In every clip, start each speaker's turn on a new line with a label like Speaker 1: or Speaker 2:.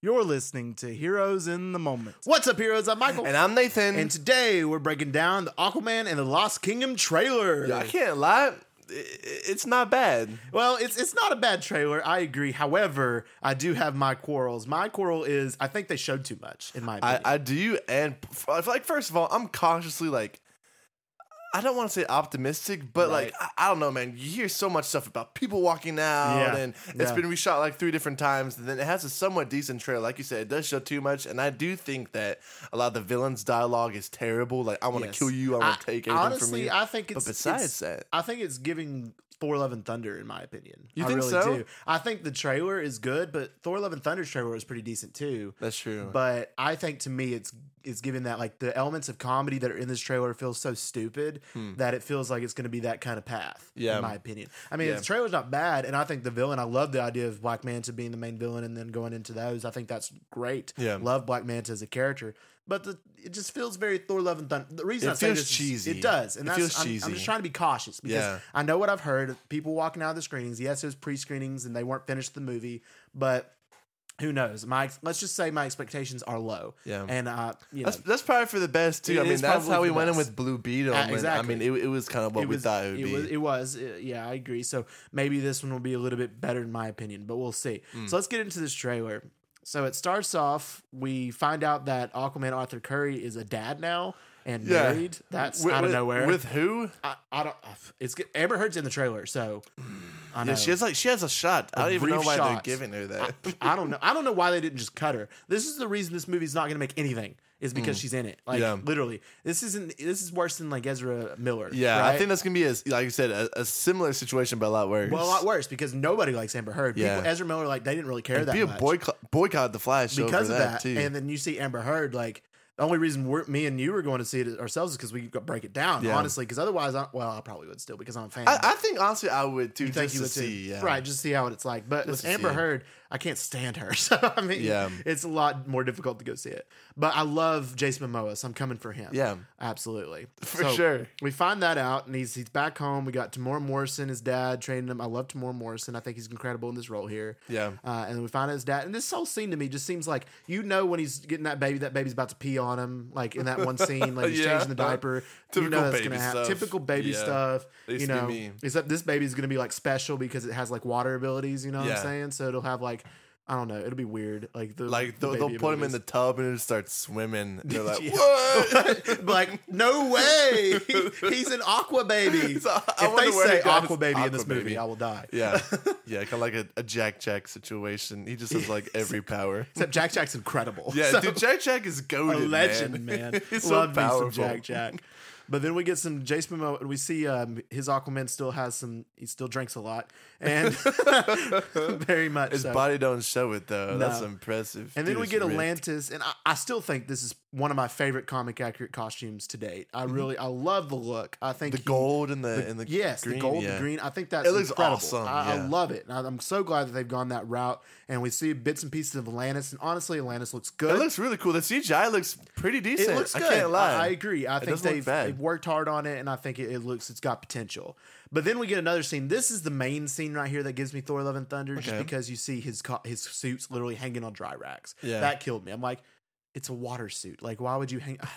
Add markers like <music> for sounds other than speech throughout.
Speaker 1: You're listening to Heroes in the Moment.
Speaker 2: What's up, heroes? I'm Michael.
Speaker 3: And I'm Nathan.
Speaker 2: And today we're breaking down the Aquaman and the Lost Kingdom trailer.
Speaker 3: Yeah, I can't lie. I- i- It's not bad.
Speaker 2: Well, it's it's not a bad trailer. I agree. However, I do have my quarrels. My quarrel is I think they showed too much in my
Speaker 3: I,
Speaker 2: opinion.
Speaker 3: I do. And f- like, first of all, I'm cautiously like, I don't want to say optimistic, but like, I, I don't know, man. You hear so much stuff about people walking out,
Speaker 2: Yeah,
Speaker 3: and it's
Speaker 2: yeah.
Speaker 3: been reshot like three different times, and then it has a somewhat decent trailer. Like you said, it does show too much, and I do think that a lot of the villains' dialogue is terrible. Like, I want to
Speaker 2: Yes.
Speaker 3: kill you. I want to take everything
Speaker 2: honestly,
Speaker 3: from you.
Speaker 2: I think it's
Speaker 3: but besides
Speaker 2: it's-
Speaker 3: that,
Speaker 2: I think it's giving Thor Love and Thunder in my opinion.
Speaker 3: You
Speaker 2: I
Speaker 3: think
Speaker 2: really
Speaker 3: so?
Speaker 2: do. I think the trailer is good, but Thor Love and Thunder's trailer was pretty decent too.
Speaker 3: that's true.
Speaker 2: But I think to me, it's it's given that like the elements of comedy that are in this trailer feel so stupid that it feels like it's going to be that kind of path.
Speaker 3: Hmm. Yeah.
Speaker 2: in my opinion. I mean,
Speaker 3: Yeah.
Speaker 2: the trailer's not bad, and I think the villain. I love the idea of Black Manta being the main villain, and then going into those. I think that's great.
Speaker 3: Yeah.
Speaker 2: love Black Manta as a character. But the, it just feels very Thor Love and Thunder. The reason
Speaker 3: It
Speaker 2: I say
Speaker 3: feels
Speaker 2: this is-
Speaker 3: cheesy.
Speaker 2: it does, and
Speaker 3: It
Speaker 2: that's,
Speaker 3: feels
Speaker 2: I'm, I'm
Speaker 3: cheesy.
Speaker 2: just trying to be cautious because
Speaker 3: Yeah.
Speaker 2: I know what I've heard. of People walking out of the screenings. Yes, it was pre-screenings, and they weren't finished the movie, but who knows? My ex- let's just say my expectations are low.
Speaker 3: Yeah.
Speaker 2: and uh, you know,
Speaker 3: That's, that's probably for the best too.
Speaker 2: It
Speaker 3: I mean,
Speaker 2: is
Speaker 3: that's
Speaker 2: probably
Speaker 3: how we
Speaker 2: the
Speaker 3: went in
Speaker 2: best.
Speaker 3: with Blue Beetle.
Speaker 2: Uh,
Speaker 3: and
Speaker 2: exactly.
Speaker 3: I mean, it, it was kind of what
Speaker 2: it
Speaker 3: we
Speaker 2: was
Speaker 3: thought it would
Speaker 2: it
Speaker 3: be.
Speaker 2: was it was uh, yeah, I agree. So maybe this one will be a little bit better in my opinion, but we'll see.
Speaker 3: Hmm.
Speaker 2: So let's get into this trailer. So it starts off. We find out that Aquaman Arthur Curry is a dad now and
Speaker 3: Yeah.
Speaker 2: married. That's
Speaker 3: With-
Speaker 2: out of
Speaker 3: with-
Speaker 2: nowhere.
Speaker 3: With who?
Speaker 2: I, I don't. uh, It's good. Amber Heard's in the trailer, so <laughs> I know.
Speaker 3: Yeah, she has like she has a shot. I I don't even know
Speaker 2: brief
Speaker 3: why
Speaker 2: shot.
Speaker 3: they're giving her that.
Speaker 2: I don't know. I don't know why they didn't just cut her. This is the reason this movie's not going to make anything is because she's in it. Like
Speaker 3: Hmm. Yeah.
Speaker 2: literally, this isn't. This is worse than like Ezra Miller.
Speaker 3: <laughs> yeah, I
Speaker 2: right?
Speaker 3: think that's gonna be as like you said, a, a similar situation, but a lot worse.
Speaker 2: well, a lot worse because nobody likes Amber Heard.
Speaker 3: Yeah.
Speaker 2: People, Ezra Miller, like they didn't really care that
Speaker 3: be a
Speaker 2: much
Speaker 3: boycott boycott the Flash show
Speaker 2: because
Speaker 3: for
Speaker 2: of
Speaker 3: that,
Speaker 2: that.
Speaker 3: too.
Speaker 2: And then you see Amber Heard, like the only reason we're, me and you were going to see it ourselves is because we could break it down
Speaker 3: Yeah.
Speaker 2: honestly. Because otherwise, I, well, I probably would still because I'm a fan.
Speaker 3: I, I think honestly, I would too.
Speaker 2: You think
Speaker 3: just
Speaker 2: you
Speaker 3: to
Speaker 2: would too.
Speaker 3: see, yeah.
Speaker 2: Right, just see how it's like. But with
Speaker 3: Just to
Speaker 2: Amber
Speaker 3: see.
Speaker 2: Heard, I can't stand her. <laughs> So I mean
Speaker 3: Yeah.
Speaker 2: it's a lot more difficult to go see it. But I love Jason Momoa, so I'm coming for him.
Speaker 3: Yeah.
Speaker 2: Absolutely.
Speaker 3: <laughs> For sure.
Speaker 2: We find that out and he's he's back home. We got Tamora Morrison, his dad, training him. I love Tamora Morrison. I think he's incredible in this role here.
Speaker 3: Yeah.
Speaker 2: Uh, and then we find out his dad. And this whole scene to me just seems like you know when he's getting that baby, that baby's about to pee on him, like in that one scene, like he's
Speaker 3: <laughs> Yeah.
Speaker 2: changing the diaper. you
Speaker 3: Typical
Speaker 2: know that's
Speaker 3: baby
Speaker 2: gonna happen.
Speaker 3: stuff.
Speaker 2: Typical baby
Speaker 3: Yeah.
Speaker 2: stuff.
Speaker 3: They
Speaker 2: You
Speaker 3: used to be
Speaker 2: know,
Speaker 3: me.
Speaker 2: Except this baby's gonna be like special because it has like water abilities. You know what
Speaker 3: Yeah.
Speaker 2: I'm saying? So it'll have like I don't know. It'll be weird. Like the
Speaker 3: Like they'll,
Speaker 2: the
Speaker 3: they'll
Speaker 2: baby
Speaker 3: put him in the
Speaker 2: abilities.
Speaker 3: tub and it
Speaker 2: <laughs>
Speaker 3: starts swimming. They're like,
Speaker 2: Yeah. <laughs>
Speaker 3: what?
Speaker 2: like no
Speaker 3: <laughs>
Speaker 2: way. he's an aqua baby.
Speaker 3: So I
Speaker 2: if
Speaker 3: wonder
Speaker 2: they
Speaker 3: where
Speaker 2: say
Speaker 3: he got
Speaker 2: aqua
Speaker 3: his
Speaker 2: baby in this
Speaker 3: Aqua
Speaker 2: movie,
Speaker 3: Baby.
Speaker 2: I will die.
Speaker 3: yeah, yeah, kind of like a, a Jack Jack situation. He
Speaker 2: <laughs>
Speaker 3: just has like every power.
Speaker 2: Except Jack Jack's incredible.
Speaker 3: Yeah,
Speaker 2: So- <laughs>
Speaker 3: dude, Jack Jack is goaded,
Speaker 2: a legend,
Speaker 3: <laughs>
Speaker 2: man.
Speaker 3: He's
Speaker 2: Love
Speaker 3: so
Speaker 2: me some
Speaker 3: powerful.
Speaker 2: Jack Jack. But then we get some Jason Momoa, and we see um, his Aquaman still has some. He still drinks a lot,
Speaker 3: <laughs>
Speaker 2: and <laughs> very much.
Speaker 3: His
Speaker 2: so.
Speaker 3: body don't show it though. That's
Speaker 2: No.
Speaker 3: impressive.
Speaker 2: and then
Speaker 3: Dude,
Speaker 2: we
Speaker 3: it's
Speaker 2: get
Speaker 3: ripped.
Speaker 2: Atlantis, and I, I still think this is one of my favorite comic accurate costumes to date. I really, I love the look. I think
Speaker 3: Mm-hmm. the
Speaker 2: he-
Speaker 3: gold and the, and the
Speaker 2: yes,
Speaker 3: green,
Speaker 2: the gold,
Speaker 3: yeah.
Speaker 2: the green. I think that's
Speaker 3: It looks
Speaker 2: incredible.
Speaker 3: awesome,
Speaker 2: I, I
Speaker 3: yeah.
Speaker 2: love it. And I, I'm so glad that they've gone that route, and we see bits and pieces of Atlantis. And honestly, Atlantis looks good.
Speaker 3: It looks really cool. The CGI looks pretty decent.
Speaker 2: It looks good.
Speaker 3: I can't lie.
Speaker 2: I, agree. I think
Speaker 3: doesn't look
Speaker 2: they've,
Speaker 3: bad.
Speaker 2: they've worked hard on it, and I think it, it looks it's got potential. But then we get another scene. This is the main scene right here that gives me Thor: Love and Thunder, just
Speaker 3: Okay.
Speaker 2: because you see his co- his suits literally hanging on dry racks.
Speaker 3: Yeah.
Speaker 2: that killed me. I'm like, it's a water suit. Like, why would you hang? I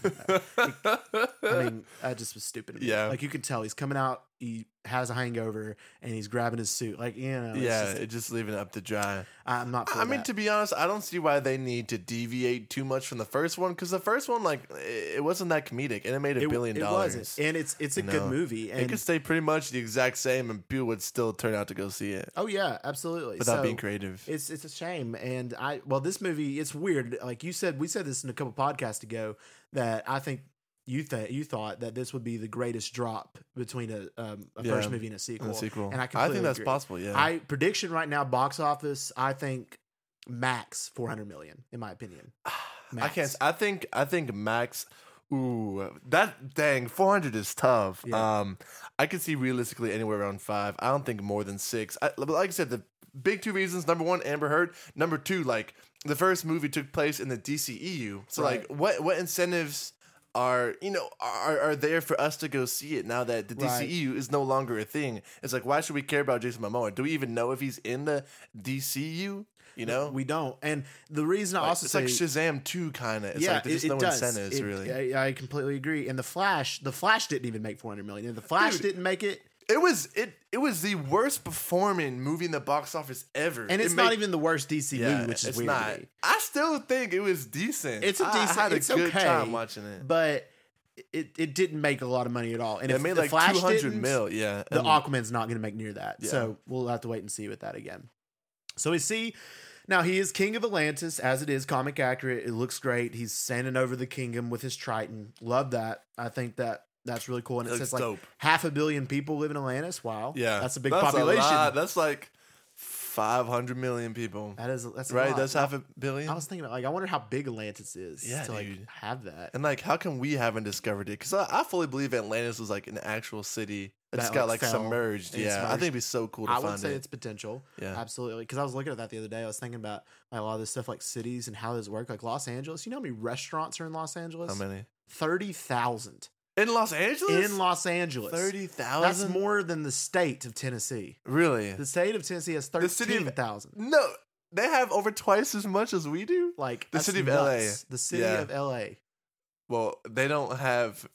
Speaker 2: don't
Speaker 3: <laughs>
Speaker 2: know. I mean, that just was stupid. To me.
Speaker 3: Yeah.
Speaker 2: like you can tell he's coming out. He has a hangover, and he's grabbing his suit. Like, you know, it's
Speaker 3: yeah,
Speaker 2: just-
Speaker 3: it just leaving it up to dry.
Speaker 2: I'm not. For
Speaker 3: I mean,
Speaker 2: that.
Speaker 3: to be honest, I don't see why they need to deviate too much from the first one because the first one, like, it it wasn't that comedic, and it made a
Speaker 2: It-
Speaker 3: billion
Speaker 2: it
Speaker 3: dollars.
Speaker 2: wasn't. and it's it's a
Speaker 3: You
Speaker 2: good
Speaker 3: know,
Speaker 2: movie. And
Speaker 3: it could stay pretty much the exact same, and people would still turn out to go see it
Speaker 2: oh yeah, absolutely.
Speaker 3: without
Speaker 2: So-
Speaker 3: being creative.
Speaker 2: It's it's a shame, and I well, this movie it's weird. Like you said, we said this in a couple podcasts ago that I think you th- you thought that this would be the greatest drop between a um, a
Speaker 3: Yeah,
Speaker 2: first movie and a sequel.
Speaker 3: in the sequel,
Speaker 2: And I,
Speaker 3: think that's
Speaker 2: possible.
Speaker 3: possible. Yeah,
Speaker 2: I prediction right now, box office. I think max four hundred million, in my opinion.
Speaker 3: <sighs> I can't. I think. I think max. Ooh, that dang four hundred is tough.
Speaker 2: Yeah.
Speaker 3: Um, I could see realistically anywhere around five. I don't think more than six. I, but like I said, the big two reasons: number one, Amber Heard; number two, like the first movie took place in the DCEU. So
Speaker 2: Right.
Speaker 3: like, what what incentives? Are you know are are there for us to go see it now that the
Speaker 2: Right.
Speaker 3: DCEU is no longer a thing? It's like why should we care about Jason Momoa? Do we even know if he's in the DCU? E You know,
Speaker 2: we don't. And the reason I
Speaker 3: Like,
Speaker 2: also
Speaker 3: it's
Speaker 2: say
Speaker 3: like Shazam two kind of. It's like there's just no incentives
Speaker 2: It-
Speaker 3: really.
Speaker 2: I, I completely agree. And the Flash, the Flash didn't even make 400 million. And the Flash
Speaker 3: Dude.
Speaker 2: didn't make it.
Speaker 3: It was it it was the worst performing movie in the box office ever,
Speaker 2: And
Speaker 3: It
Speaker 2: it's not
Speaker 3: made-
Speaker 2: even the worst DC movie, which is
Speaker 3: it's
Speaker 2: weird. to me.
Speaker 3: I still think it was decent.
Speaker 2: It's a
Speaker 3: I-
Speaker 2: decent.
Speaker 3: I had a
Speaker 2: it's
Speaker 3: good
Speaker 2: okay,
Speaker 3: time watching it.
Speaker 2: but it, it didn't make a lot of money at all. And
Speaker 3: It
Speaker 2: if
Speaker 3: made
Speaker 2: the
Speaker 3: like
Speaker 2: Flash
Speaker 3: two hundred
Speaker 2: didn't,
Speaker 3: mil. Yeah,
Speaker 2: the
Speaker 3: and
Speaker 2: Aquaman's not going to make near that.
Speaker 3: Yeah.
Speaker 2: So we'll have to wait and see with that again. So we see now he is king of Atlantis as it is comic accurate. It looks great. He's standing over the kingdom with his triton. Love that. I think that that's really cool. And it,
Speaker 3: It
Speaker 2: says
Speaker 3: looks
Speaker 2: like
Speaker 3: dope.
Speaker 2: half a billion people live in Atlantis. Wow.
Speaker 3: yeah,
Speaker 2: That's a big
Speaker 3: That's
Speaker 2: population.
Speaker 3: lot. That's like five hundred million people.
Speaker 2: that is that's a
Speaker 3: Right,
Speaker 2: lot.
Speaker 3: that's half a
Speaker 2: I
Speaker 3: billion.
Speaker 2: was thinking about like I wonder how big Atlantis is
Speaker 3: Yeah,
Speaker 2: to like
Speaker 3: dude.
Speaker 2: have that.
Speaker 3: And like, how come we haven't discovered it? Because I, I fully believe Atlantis was like an actual city that,
Speaker 2: That,
Speaker 3: just got
Speaker 2: like,
Speaker 3: like,
Speaker 2: fell
Speaker 3: submerged.
Speaker 2: and
Speaker 3: Yeah, I
Speaker 2: submerged.
Speaker 3: think it'd be so cool to
Speaker 2: I
Speaker 3: find
Speaker 2: would say
Speaker 3: it.
Speaker 2: it's potential.
Speaker 3: yeah,
Speaker 2: Absolutely, because I was looking at that the other day. I was thinking about like, a lot of this stuff, like cities and how those work. Like Los Angeles, you know how many restaurants are in Los Angeles?
Speaker 3: how many
Speaker 2: Thirty thousand
Speaker 3: in Los Angeles?
Speaker 2: in Los Angeles.
Speaker 3: thirty
Speaker 2: That's
Speaker 3: thousand.
Speaker 2: more than the state of Tennessee.
Speaker 3: Really?
Speaker 2: The state of Tennessee has
Speaker 3: The city of-
Speaker 2: thirteen thousand.
Speaker 3: No, they have over twice as much as we do.
Speaker 2: Like
Speaker 3: the
Speaker 2: that's
Speaker 3: city of LA.
Speaker 2: nuts. The city
Speaker 3: Yeah.
Speaker 2: of L.A.
Speaker 3: Well, they don't have.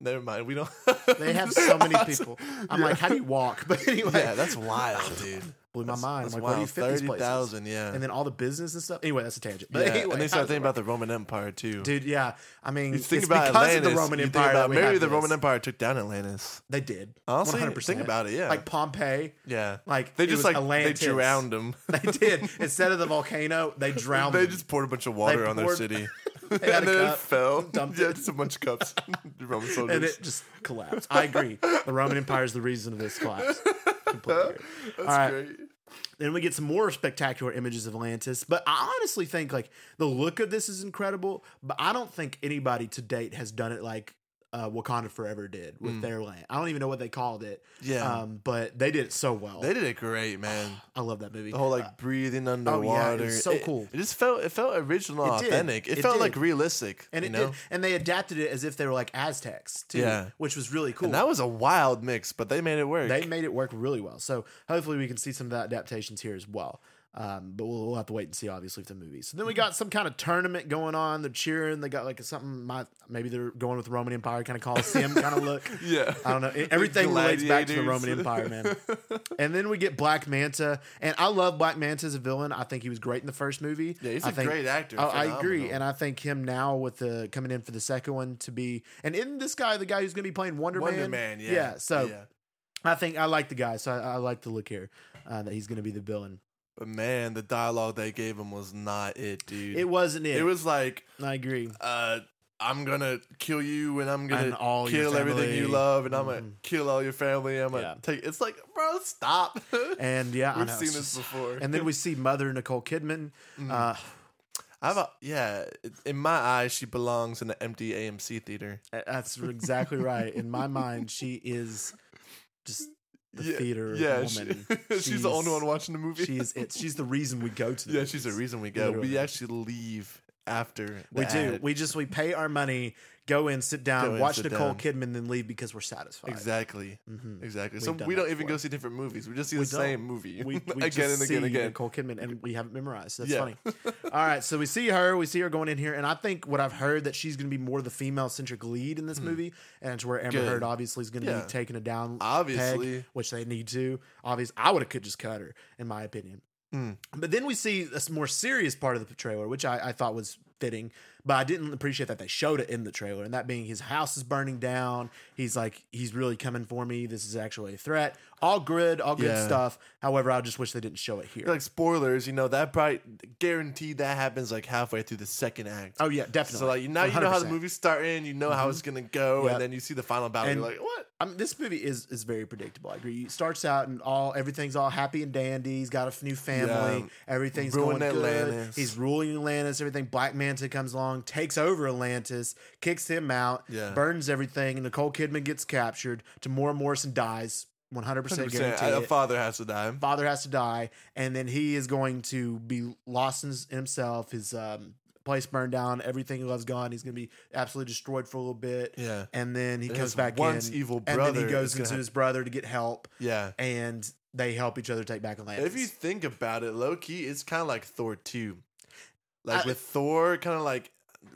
Speaker 3: Never mind. We don't. <laughs>
Speaker 2: They have so many people. I'm
Speaker 3: Yeah.
Speaker 2: like, how do you walk? <laughs> But anyway,
Speaker 3: yeah, that's
Speaker 2: <laughs>
Speaker 3: wild, dude.
Speaker 2: blew my
Speaker 3: That's-
Speaker 2: mind. I'm
Speaker 3: that's
Speaker 2: like, where do you
Speaker 3: wild.
Speaker 2: fit these places?
Speaker 3: 30,000, yeah.
Speaker 2: And then all the business and stuff. Anyway, that's a tangent. But
Speaker 3: yeah.
Speaker 2: <laughs> anyway,
Speaker 3: and they
Speaker 2: how
Speaker 3: start
Speaker 2: does it
Speaker 3: thinking
Speaker 2: work?
Speaker 3: about the Roman Empire too.
Speaker 2: Dude, yeah. I mean,
Speaker 3: you think
Speaker 2: it's
Speaker 3: about
Speaker 2: because
Speaker 3: Atlantis.
Speaker 2: of the Roman
Speaker 3: you
Speaker 2: Empire.
Speaker 3: Think about,
Speaker 2: that we
Speaker 3: maybe
Speaker 2: have
Speaker 3: the
Speaker 2: this.
Speaker 3: Roman Empire took down Atlantis.
Speaker 2: They did.
Speaker 3: Honestly,
Speaker 2: 100%.
Speaker 3: think about it. Yeah,
Speaker 2: Like Pompeii.
Speaker 3: yeah,
Speaker 2: Like
Speaker 3: they
Speaker 2: it
Speaker 3: just
Speaker 2: was
Speaker 3: like
Speaker 2: Atlantis.
Speaker 3: they drowned them. <laughs>
Speaker 2: <laughs> They did. Instead of the volcano, they drowned.
Speaker 3: they
Speaker 2: them.
Speaker 3: just poured a bunch of water on their
Speaker 2: poured- <laughs>
Speaker 3: city, <laughs>
Speaker 2: had
Speaker 3: and
Speaker 2: a
Speaker 3: then
Speaker 2: cup,
Speaker 3: it fell.
Speaker 2: <laughs> dumped
Speaker 3: yeah,
Speaker 2: it.
Speaker 3: just a bunch of cups.
Speaker 2: <laughs>
Speaker 3: <laughs> The Roman soldiers.
Speaker 2: and it just collapsed. I agree. The Roman Empire is the reason of this
Speaker 3: <laughs>
Speaker 2: collapse. Completely agree.
Speaker 3: That's
Speaker 2: right.
Speaker 3: great.
Speaker 2: Then we get some more spectacular images of Atlantis. But I honestly think like the look of this is incredible. But I don't think anybody to date has done it like uh, Wakanda Forever did with their land. I don't even know what they called it.
Speaker 3: Mm. Yeah.
Speaker 2: Um, but they did it so well.
Speaker 3: They did it great, man.
Speaker 2: I love that movie.
Speaker 3: The whole like breathing
Speaker 2: oh,
Speaker 3: underwater.
Speaker 2: yeah, it was so
Speaker 3: It-
Speaker 2: cool.
Speaker 3: It just felt it felt original,
Speaker 2: It did.
Speaker 3: authentic. It,
Speaker 2: It
Speaker 3: felt
Speaker 2: did.
Speaker 3: like realistic.
Speaker 2: and
Speaker 3: you
Speaker 2: it
Speaker 3: know?
Speaker 2: did, and they adapted it as if they were like Aztecs too,
Speaker 3: Yeah.
Speaker 2: which was really cool.
Speaker 3: And that was a wild mix, but they made it work.
Speaker 2: they made it work really well. So hopefully we can see some of the adaptations here as well. Um, but we'll, we'll have to wait and see, obviously, with the movie. So then we got some kind of tournament going on. They're cheering. They got like something. My, maybe they're going with the Roman Empire kind of Coliseum kind
Speaker 3: <laughs>
Speaker 2: of look.
Speaker 3: yeah.
Speaker 2: I don't know. It- Everything relates back to the Roman
Speaker 3: Gladiators.
Speaker 2: Empire, man. and then we get Black Manta, and I love Black Manta as a villain. I think he was great in the first movie.
Speaker 3: Yeah, he's
Speaker 2: a
Speaker 3: a great actor.
Speaker 2: I, Oh, I agree,
Speaker 3: Phenomenal.
Speaker 2: and I think him now with the coming in for the second one to be, and in this guy, the guy who's going to be playing Wonder,
Speaker 3: Wonder Man, yeah.
Speaker 2: so
Speaker 3: Yeah.
Speaker 2: I think I like the guy, so I, I like the look here uh, that he's going to be the villain.
Speaker 3: But man, the dialogue they gave him was not it, dude.
Speaker 2: It wasn't it.
Speaker 3: It was like,
Speaker 2: I agree.
Speaker 3: uh, I'm gonna kill you, and I'm
Speaker 2: And
Speaker 3: gonna
Speaker 2: all your
Speaker 3: kill everything you
Speaker 2: family.
Speaker 3: love, and I'm
Speaker 2: Mhm.
Speaker 3: gonna kill all your family. I'm gonna
Speaker 2: Yeah.
Speaker 3: take. It's like, bro, stop. <laughs>
Speaker 2: And yeah, I
Speaker 3: We've
Speaker 2: know, it's
Speaker 3: seen
Speaker 2: just-
Speaker 3: this before. Mm.
Speaker 2: And then we see Mother Nicole Kidman. Uh,
Speaker 3: I've a- yeah, in my eyes, she belongs in the empty AMC theater.
Speaker 2: that's exactly right. In my mind, she is just the
Speaker 3: yeah,
Speaker 2: theater
Speaker 3: yeah, she-
Speaker 2: woman.
Speaker 3: <laughs> she's, the only one watching the movie.
Speaker 2: She is it. She's the reason we go to. The
Speaker 3: <laughs> yeah, she's the
Speaker 2: movies.
Speaker 3: reason we go.
Speaker 2: Literally.
Speaker 3: We actually leave after. The
Speaker 2: We do.
Speaker 3: ad.
Speaker 2: We just we pay our money, go in, sit
Speaker 3: Go
Speaker 2: down,
Speaker 3: in,
Speaker 2: watch
Speaker 3: sit
Speaker 2: Nicole
Speaker 3: down.
Speaker 2: Kidman, then leave because we're satisfied.
Speaker 3: exactly,
Speaker 2: Mhm.
Speaker 3: exactly.
Speaker 2: We've
Speaker 3: So
Speaker 2: done
Speaker 3: we
Speaker 2: that
Speaker 3: don't even
Speaker 2: before.
Speaker 3: go see different movies. We just see
Speaker 2: We
Speaker 3: the
Speaker 2: don't.
Speaker 3: same movie <laughs>
Speaker 2: we, we
Speaker 3: again
Speaker 2: just
Speaker 3: and again and
Speaker 2: see
Speaker 3: again.
Speaker 2: Nicole Kidman, and we haven't memorized. That's
Speaker 3: Yeah.
Speaker 2: funny. All right, so we see her, we see her going in here, and I think what I've heard that she's going to be more the female centric lead in this movie, and it's where Amber
Speaker 3: Hmm. Good.
Speaker 2: Heard obviously is going to
Speaker 3: Yeah.
Speaker 2: be taking a down, peg,
Speaker 3: Obviously.
Speaker 2: which they need to. Obviously, I would have could just cut her, in my opinion.
Speaker 3: Mm.
Speaker 2: But then we see a s- more serious part of the trailer, which I, I thought was fitting, but I didn't appreciate that they showed it in the trailer. And that being his house is burning down. He's like, he's really coming for me. This is actually a threat. All good, all good
Speaker 3: Yeah.
Speaker 2: stuff. However, I just wish they didn't show it here.
Speaker 3: Like spoilers, you know that probably guaranteed that happens like halfway through the second act.
Speaker 2: oh yeah, definitely.
Speaker 3: so like you- now you know how the
Speaker 2: 100%.
Speaker 3: movie's starting, you know how it's gonna go,
Speaker 2: Yep.
Speaker 3: and then you see the final battle.
Speaker 2: And-
Speaker 3: you're like, what?
Speaker 2: I mean, this movie is is very predictable. I agree. It starts out and all everything's all happy and dandy. He's got a f- new family.
Speaker 3: Yeah.
Speaker 2: Everything's
Speaker 3: Ruined
Speaker 2: going good.
Speaker 3: Atlantis.
Speaker 2: He's ruling Atlantis. Everything. Black Manta comes along, takes over Atlantis, kicks him out,
Speaker 3: Yeah.
Speaker 2: burns everything. And Nicole Kidman gets captured. Tamora Morrison dies. One hundred percent
Speaker 3: 100%,
Speaker 2: guaranteed.
Speaker 3: a father has to die.
Speaker 2: Father has to die, and then he is going to be lost in in himself. His um, place burned down. Everything he loves gone. He's going to be absolutely destroyed for a little bit.
Speaker 3: Yeah.
Speaker 2: and then he
Speaker 3: And
Speaker 2: comes
Speaker 3: his
Speaker 2: back
Speaker 3: once
Speaker 2: in.
Speaker 3: evil
Speaker 2: and then he
Speaker 3: brother
Speaker 2: goes
Speaker 3: is gonna
Speaker 2: into
Speaker 3: ha-
Speaker 2: his brother to get help.
Speaker 3: Yeah.
Speaker 2: And they help each other take back Atlantis.
Speaker 3: If you think about it, low key, it's kind of like Thor 2. Like
Speaker 2: I-
Speaker 3: with Thor kind of like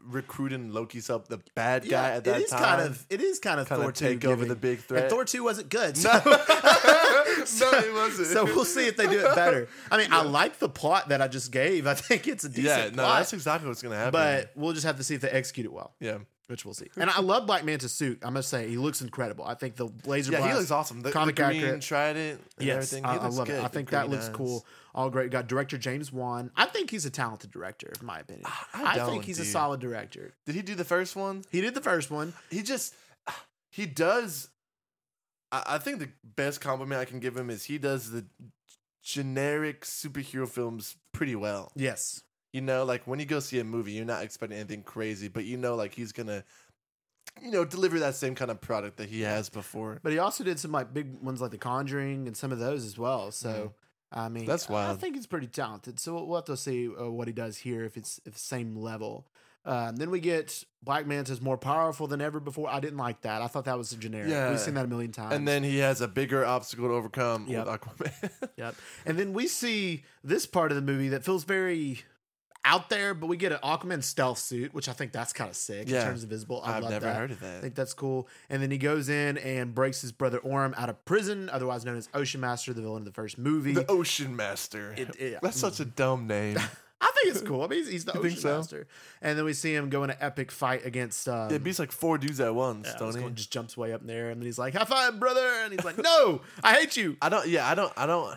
Speaker 3: recruiting Loki's up the bad guy at that
Speaker 2: it is
Speaker 3: time.
Speaker 2: kind of it is kind of
Speaker 3: Kinda
Speaker 2: Thor
Speaker 3: take
Speaker 2: two
Speaker 3: over
Speaker 2: giving.
Speaker 3: the big threat.
Speaker 2: And Thor two wasn't good. So.
Speaker 3: No.
Speaker 2: <laughs>
Speaker 3: <laughs> No, it wasn't.
Speaker 2: So we'll see if they do it better. I mean, I like the plot that I just gave. I think it's a decent
Speaker 3: yeah, no,
Speaker 2: plot,
Speaker 3: that's exactly what's going to happen.
Speaker 2: but we'll just have to see if they execute it well,
Speaker 3: yeah.
Speaker 2: which we'll see. And I love Black Manta's suit. I must say, he looks incredible. I think the laser
Speaker 3: Yeah,
Speaker 2: blast,
Speaker 3: he looks awesome. The,
Speaker 2: comic
Speaker 3: the green
Speaker 2: accurate.
Speaker 3: trident and
Speaker 2: Yes,
Speaker 3: everything.
Speaker 2: I,
Speaker 3: He
Speaker 2: I
Speaker 3: looks
Speaker 2: love
Speaker 3: good.
Speaker 2: it. I
Speaker 3: The
Speaker 2: think that
Speaker 3: green
Speaker 2: looks
Speaker 3: eyes.
Speaker 2: cool. All great. We got director James Wan. I think he's a talented director, in my opinion. I, think
Speaker 3: don't,
Speaker 2: he's a
Speaker 3: dude.
Speaker 2: solid director.
Speaker 3: Did he do the first one?
Speaker 2: He did the first one.
Speaker 3: He just <sighs> he does. I, I think the best compliment I can give him is he does the generic superhero films pretty well.
Speaker 2: Yes.
Speaker 3: You know, like when you go see a movie, you're not expecting anything crazy, but you know, like he's gonna, you know, deliver that same kind of product that he has before.
Speaker 2: But he also did some like big ones like The Conjuring and some of those as well. So I mean,
Speaker 3: Mm. That's
Speaker 2: I
Speaker 3: wild.
Speaker 2: think he's pretty talented. So we'll, we'll have to see uh, what he does here if it's if same level. Um, then we get Black Manta's more powerful than ever before. I didn't like that. I thought that was a generic.
Speaker 3: Yeah.
Speaker 2: We've seen that a million times.
Speaker 3: And then he has a bigger obstacle to overcome
Speaker 2: Yep.
Speaker 3: with Aquaman. <laughs>
Speaker 2: Yep. And then we see this part of the movie that feels very out there, but we get an Aquaman stealth suit, which I think that's kind of sick in
Speaker 3: Yeah.
Speaker 2: terms of visible. I
Speaker 3: I've
Speaker 2: love
Speaker 3: never
Speaker 2: that.
Speaker 3: heard of
Speaker 2: I
Speaker 3: that.
Speaker 2: think that's cool. And then he goes in and breaks his brother Orm out of prison, otherwise known as Ocean Master, the villain of the first movie.
Speaker 3: the Ocean Master.
Speaker 2: It- mm-hmm. it-
Speaker 3: That's such a
Speaker 2: <laughs>
Speaker 3: dumb name.
Speaker 2: I think it's cool. I mean, he's, he's the
Speaker 3: You
Speaker 2: Ocean
Speaker 3: think so?
Speaker 2: Master. And then we see him go in an epic fight against. Um,
Speaker 3: it beats like four dudes at once,
Speaker 2: yeah,
Speaker 3: don't
Speaker 2: this
Speaker 3: he?
Speaker 2: one just jumps way up in there, and then he's like, "High five, brother!" And he's like, "No, I hate you."
Speaker 3: I don't. Yeah, I don't. I don't.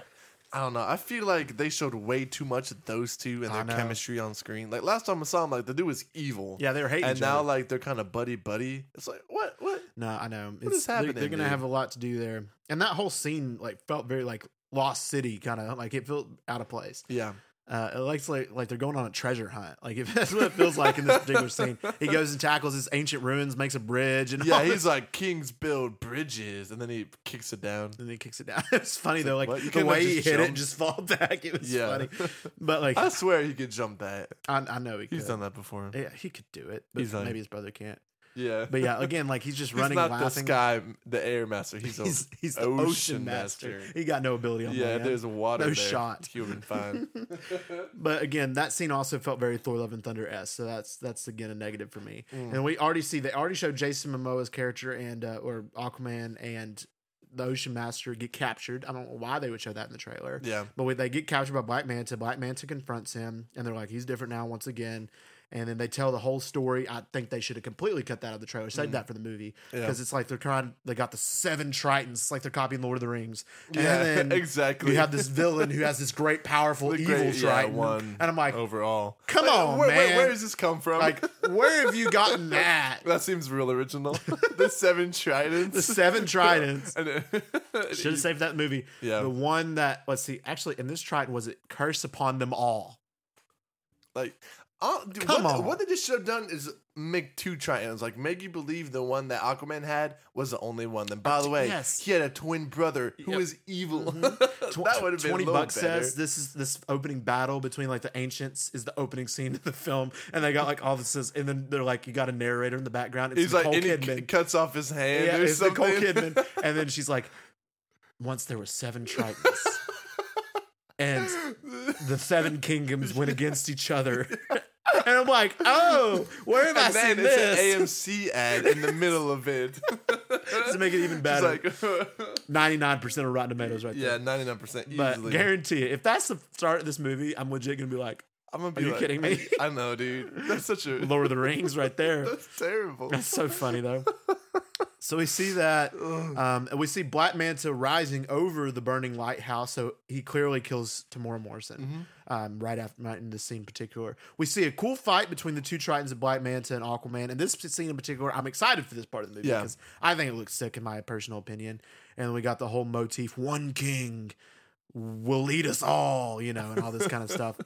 Speaker 3: I don't know. I feel like they showed way too much of those two and
Speaker 2: I
Speaker 3: their
Speaker 2: know.
Speaker 3: chemistry on screen. Like last time I saw them, like the dude was evil.
Speaker 2: Yeah, they were hating.
Speaker 3: and
Speaker 2: each
Speaker 3: now
Speaker 2: other.
Speaker 3: like they're kind of buddy buddy. It's like what what?
Speaker 2: No, I know. It's,
Speaker 3: is
Speaker 2: they're-
Speaker 3: happening,
Speaker 2: They're, gonna
Speaker 3: dude?
Speaker 2: have a lot to do there, and that whole scene like felt very like Lost City kind of like it felt out of place.
Speaker 3: Yeah,
Speaker 2: Uh, it likes like like they're going on a treasure hunt. Like if <laughs> that's what it feels like in this particular scene. He goes and tackles this ancient ruins, makes a bridge, <laughs> and all
Speaker 3: yeah.
Speaker 2: this-
Speaker 3: He's like kings build bridges, and then he kicks it down.
Speaker 2: and then he kicks it down. <laughs> it's funny though, like
Speaker 3: what? You
Speaker 2: the
Speaker 3: couldn't
Speaker 2: way
Speaker 3: have
Speaker 2: he hit
Speaker 3: just
Speaker 2: it
Speaker 3: jumped?
Speaker 2: and just fall <laughs> back. It was
Speaker 3: Yeah.
Speaker 2: funny,
Speaker 3: <laughs>
Speaker 2: but like
Speaker 3: I
Speaker 2: I,
Speaker 3: swear he could jump that.
Speaker 2: I know he could.
Speaker 3: He's done that before.
Speaker 2: yeah, he could do it, but
Speaker 3: He's done it.
Speaker 2: maybe his brother can't.
Speaker 3: Yeah,
Speaker 2: But yeah, again, like he's just
Speaker 3: he's
Speaker 2: running,
Speaker 3: not
Speaker 2: laughing.
Speaker 3: the sky, the air master. He's
Speaker 2: <laughs>
Speaker 3: a
Speaker 2: he's, he's the
Speaker 3: ocean
Speaker 2: ocean, master.
Speaker 3: master.
Speaker 2: He got no ability on
Speaker 3: yeah.
Speaker 2: land.
Speaker 3: There's
Speaker 2: No
Speaker 3: water. there.
Speaker 2: shot. <laughs>
Speaker 3: Human fine.
Speaker 2: But again, that scene also felt very Thor: Love and Thunder s. So that's that's again a negative for me. And we already see they already showed Jason Momoa's character and uh, or Aquaman and the Ocean Master get captured. I don't know why they would show that in the trailer.
Speaker 3: yeah.
Speaker 2: But when they get captured by Black Manta, Black Manta confronts him, and they're like, "He's different now." Once again. And then they tell the whole story. I think they should have completely cut that out of the trailer, saved that for the movie,
Speaker 3: Mm. Yeah.
Speaker 2: because it's like they're trying. They got the seven tritons, it's like they're copying Lord of the Rings. And
Speaker 3: Yeah, <laughs>
Speaker 2: then
Speaker 3: exactly.
Speaker 2: You have this villain who has this great, powerful
Speaker 3: The
Speaker 2: evil
Speaker 3: great- yeah,
Speaker 2: triton,
Speaker 3: one Oh.
Speaker 2: and I'm like,
Speaker 3: overall.
Speaker 2: Come
Speaker 3: Like,
Speaker 2: on,
Speaker 3: where,
Speaker 2: man.
Speaker 3: Where, where does this come from?
Speaker 2: like where have you gotten that?
Speaker 3: <laughs> That seems real
Speaker 2: <laughs>
Speaker 3: original. the seven tridents.
Speaker 2: The seven tridents.
Speaker 3: <laughs> And it- and
Speaker 2: Should have saved that movie.
Speaker 3: Yeah.
Speaker 2: The one that let's see, actually, in this triton was it curse upon them all.
Speaker 3: like, oh, dude,
Speaker 2: Come
Speaker 3: what,
Speaker 2: on.
Speaker 3: What they just should have done is make two tridents. Like, make you believe the one that Aquaman had was the only one. Then, by the way,
Speaker 2: Yes.
Speaker 3: he had a twin brother who
Speaker 2: Yep. Mm-hmm.
Speaker 3: was evil.
Speaker 2: Tw-
Speaker 3: <laughs> that would have been
Speaker 2: twenty
Speaker 3: a little
Speaker 2: bucks
Speaker 3: better.
Speaker 2: says this is this opening battle between like the ancients is the opening scene of the film, and they got like all this, is- and then they're like you got a narrator in the background. It's
Speaker 3: He's like,
Speaker 2: Nicole
Speaker 3: and he
Speaker 2: Kidman.
Speaker 3: c- cuts off his hand
Speaker 2: yeah,
Speaker 3: or
Speaker 2: it's
Speaker 3: something.
Speaker 2: Nicole Kidman, and then she's like, once there were seven tritons, and the seven kingdoms went against each
Speaker 3: <laughs>
Speaker 2: other. <laughs> And I'm like, oh, where have I
Speaker 3: <laughs> and
Speaker 2: seen
Speaker 3: then
Speaker 2: this?
Speaker 3: it's an AMC ad in the middle of it.
Speaker 2: <laughs>
Speaker 3: <laughs>
Speaker 2: to make it even better.
Speaker 3: It's like, <laughs>
Speaker 2: 99% of Rotten Tomatoes right
Speaker 3: yeah,
Speaker 2: there.
Speaker 3: ninety nine percent
Speaker 2: But
Speaker 3: easily.
Speaker 2: guarantee it, if that's the start of this movie, I'm legit going to be like,
Speaker 3: I'm gonna be
Speaker 2: you
Speaker 3: like-
Speaker 2: kidding me?
Speaker 3: I know, dude. That's such
Speaker 2: <laughs>
Speaker 3: a
Speaker 2: Lord of the Rings right there.
Speaker 3: that's terrible.
Speaker 2: That's so funny, though. So we see that. Um, and we see Black Manta rising over the burning lighthouse. So he clearly kills Tamora Morrison. um, right after right in this scene in particular. We see a cool fight between the two Tritons of Black Manta and Aquaman. And this scene in particular, I'm excited for this part of the movie
Speaker 3: Yeah.
Speaker 2: because I think it looks sick in my personal opinion. And we got the whole motif, one king will lead us all, you know, and all this kind of stuff. <laughs>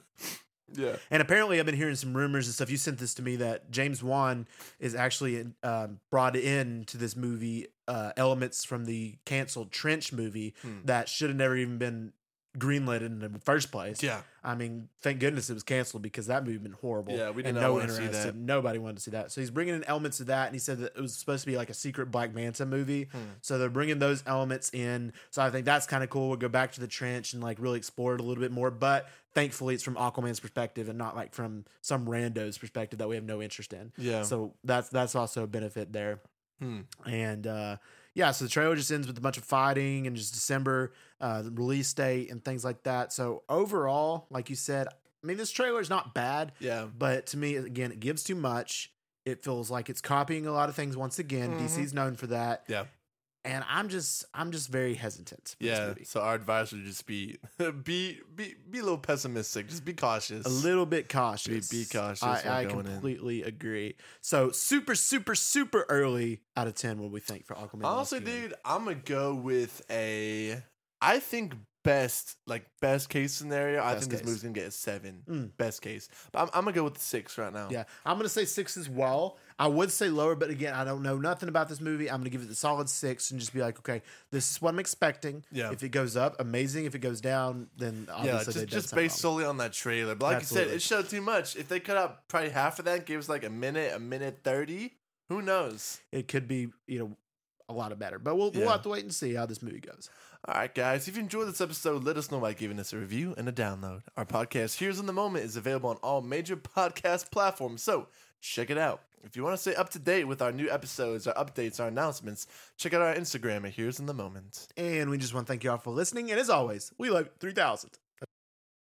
Speaker 3: Yeah.
Speaker 2: And apparently I've been hearing some rumors and stuff. You sent this to me that James Wan is actually um, brought in to this movie uh, elements from the canceled Trench movie
Speaker 3: Hmm.
Speaker 2: that should have never even been greenlit in the first place.
Speaker 3: Yeah.
Speaker 2: I mean, thank goodness it was canceled because that movie had been horrible.
Speaker 3: Yeah, we did
Speaker 2: and
Speaker 3: not
Speaker 2: no
Speaker 3: want to see
Speaker 2: interested-
Speaker 3: that.
Speaker 2: Nobody wanted to see that. So he's bringing in elements of that, and he said that it was supposed to be like a secret Black Manta movie. So they're bringing those elements in. So I think that's kind of cool. We'll go back to the trench and like really explore it a little bit more. But thankfully, it's from Aquaman's perspective and not like from some rando's perspective that we have no interest in.
Speaker 3: Yeah.
Speaker 2: So that's that's also a benefit there.
Speaker 3: Hmm.
Speaker 2: And uh, yeah, so the trailer just ends with a bunch of fighting and just December uh, the release date and things like that. So overall, like you said, I mean, this trailer is not bad,
Speaker 3: yeah.
Speaker 2: but to me, again, it gives too much. It feels like it's copying a lot of things once again.
Speaker 3: Mhm.
Speaker 2: DC's known for that.
Speaker 3: Yeah.
Speaker 2: And I'm just I'm just very hesitant. for this
Speaker 3: Yeah.
Speaker 2: movie.
Speaker 3: So our advice would just be <laughs> be be be a little pessimistic. Just be cautious.
Speaker 2: a little bit cautious.
Speaker 3: Be- be cautious while
Speaker 2: I, I
Speaker 3: going in.
Speaker 2: completely agree. So super, super, super early out of ten. What we think for Aquaman?
Speaker 3: Honestly,
Speaker 2: Rescue.
Speaker 3: dude, I'm gonna go with a. I think best like best case scenario. I
Speaker 2: Best
Speaker 3: think
Speaker 2: case.
Speaker 3: this movie's gonna get a seven.
Speaker 2: Mm.
Speaker 3: Best case, but I'm, I'm gonna go with six right now.
Speaker 2: Yeah, I'm gonna say six as well. I would say lower, but again, I don't know nothing about this movie. I'm gonna give it the solid six and just be like, okay, this is what I'm expecting.
Speaker 3: Yeah.
Speaker 2: If it goes up, amazing. If it goes down, then obviously
Speaker 3: yeah.
Speaker 2: they
Speaker 3: Just
Speaker 2: did
Speaker 3: just
Speaker 2: something
Speaker 3: based
Speaker 2: wrong.
Speaker 3: solely on that trailer. But like you
Speaker 2: Absolutely.
Speaker 3: said, it showed too much. If they cut out probably half of that, gave us like a minute, a minute thirty. Who knows?
Speaker 2: it could be you know a lot of better, but we'll we'll
Speaker 3: Yeah.
Speaker 2: have to wait and see how this movie goes.
Speaker 3: All right, guys. If you enjoyed this episode, let us know by giving us a review and a download. Our podcast, Here's in the Moment, is available on all major podcast platforms, so check it out. If you want to stay up to date with our new episodes, our updates, our announcements, check out our Instagram at Here's in the Moment.
Speaker 2: And we just want to thank you all for listening. And as always, we love three thousand.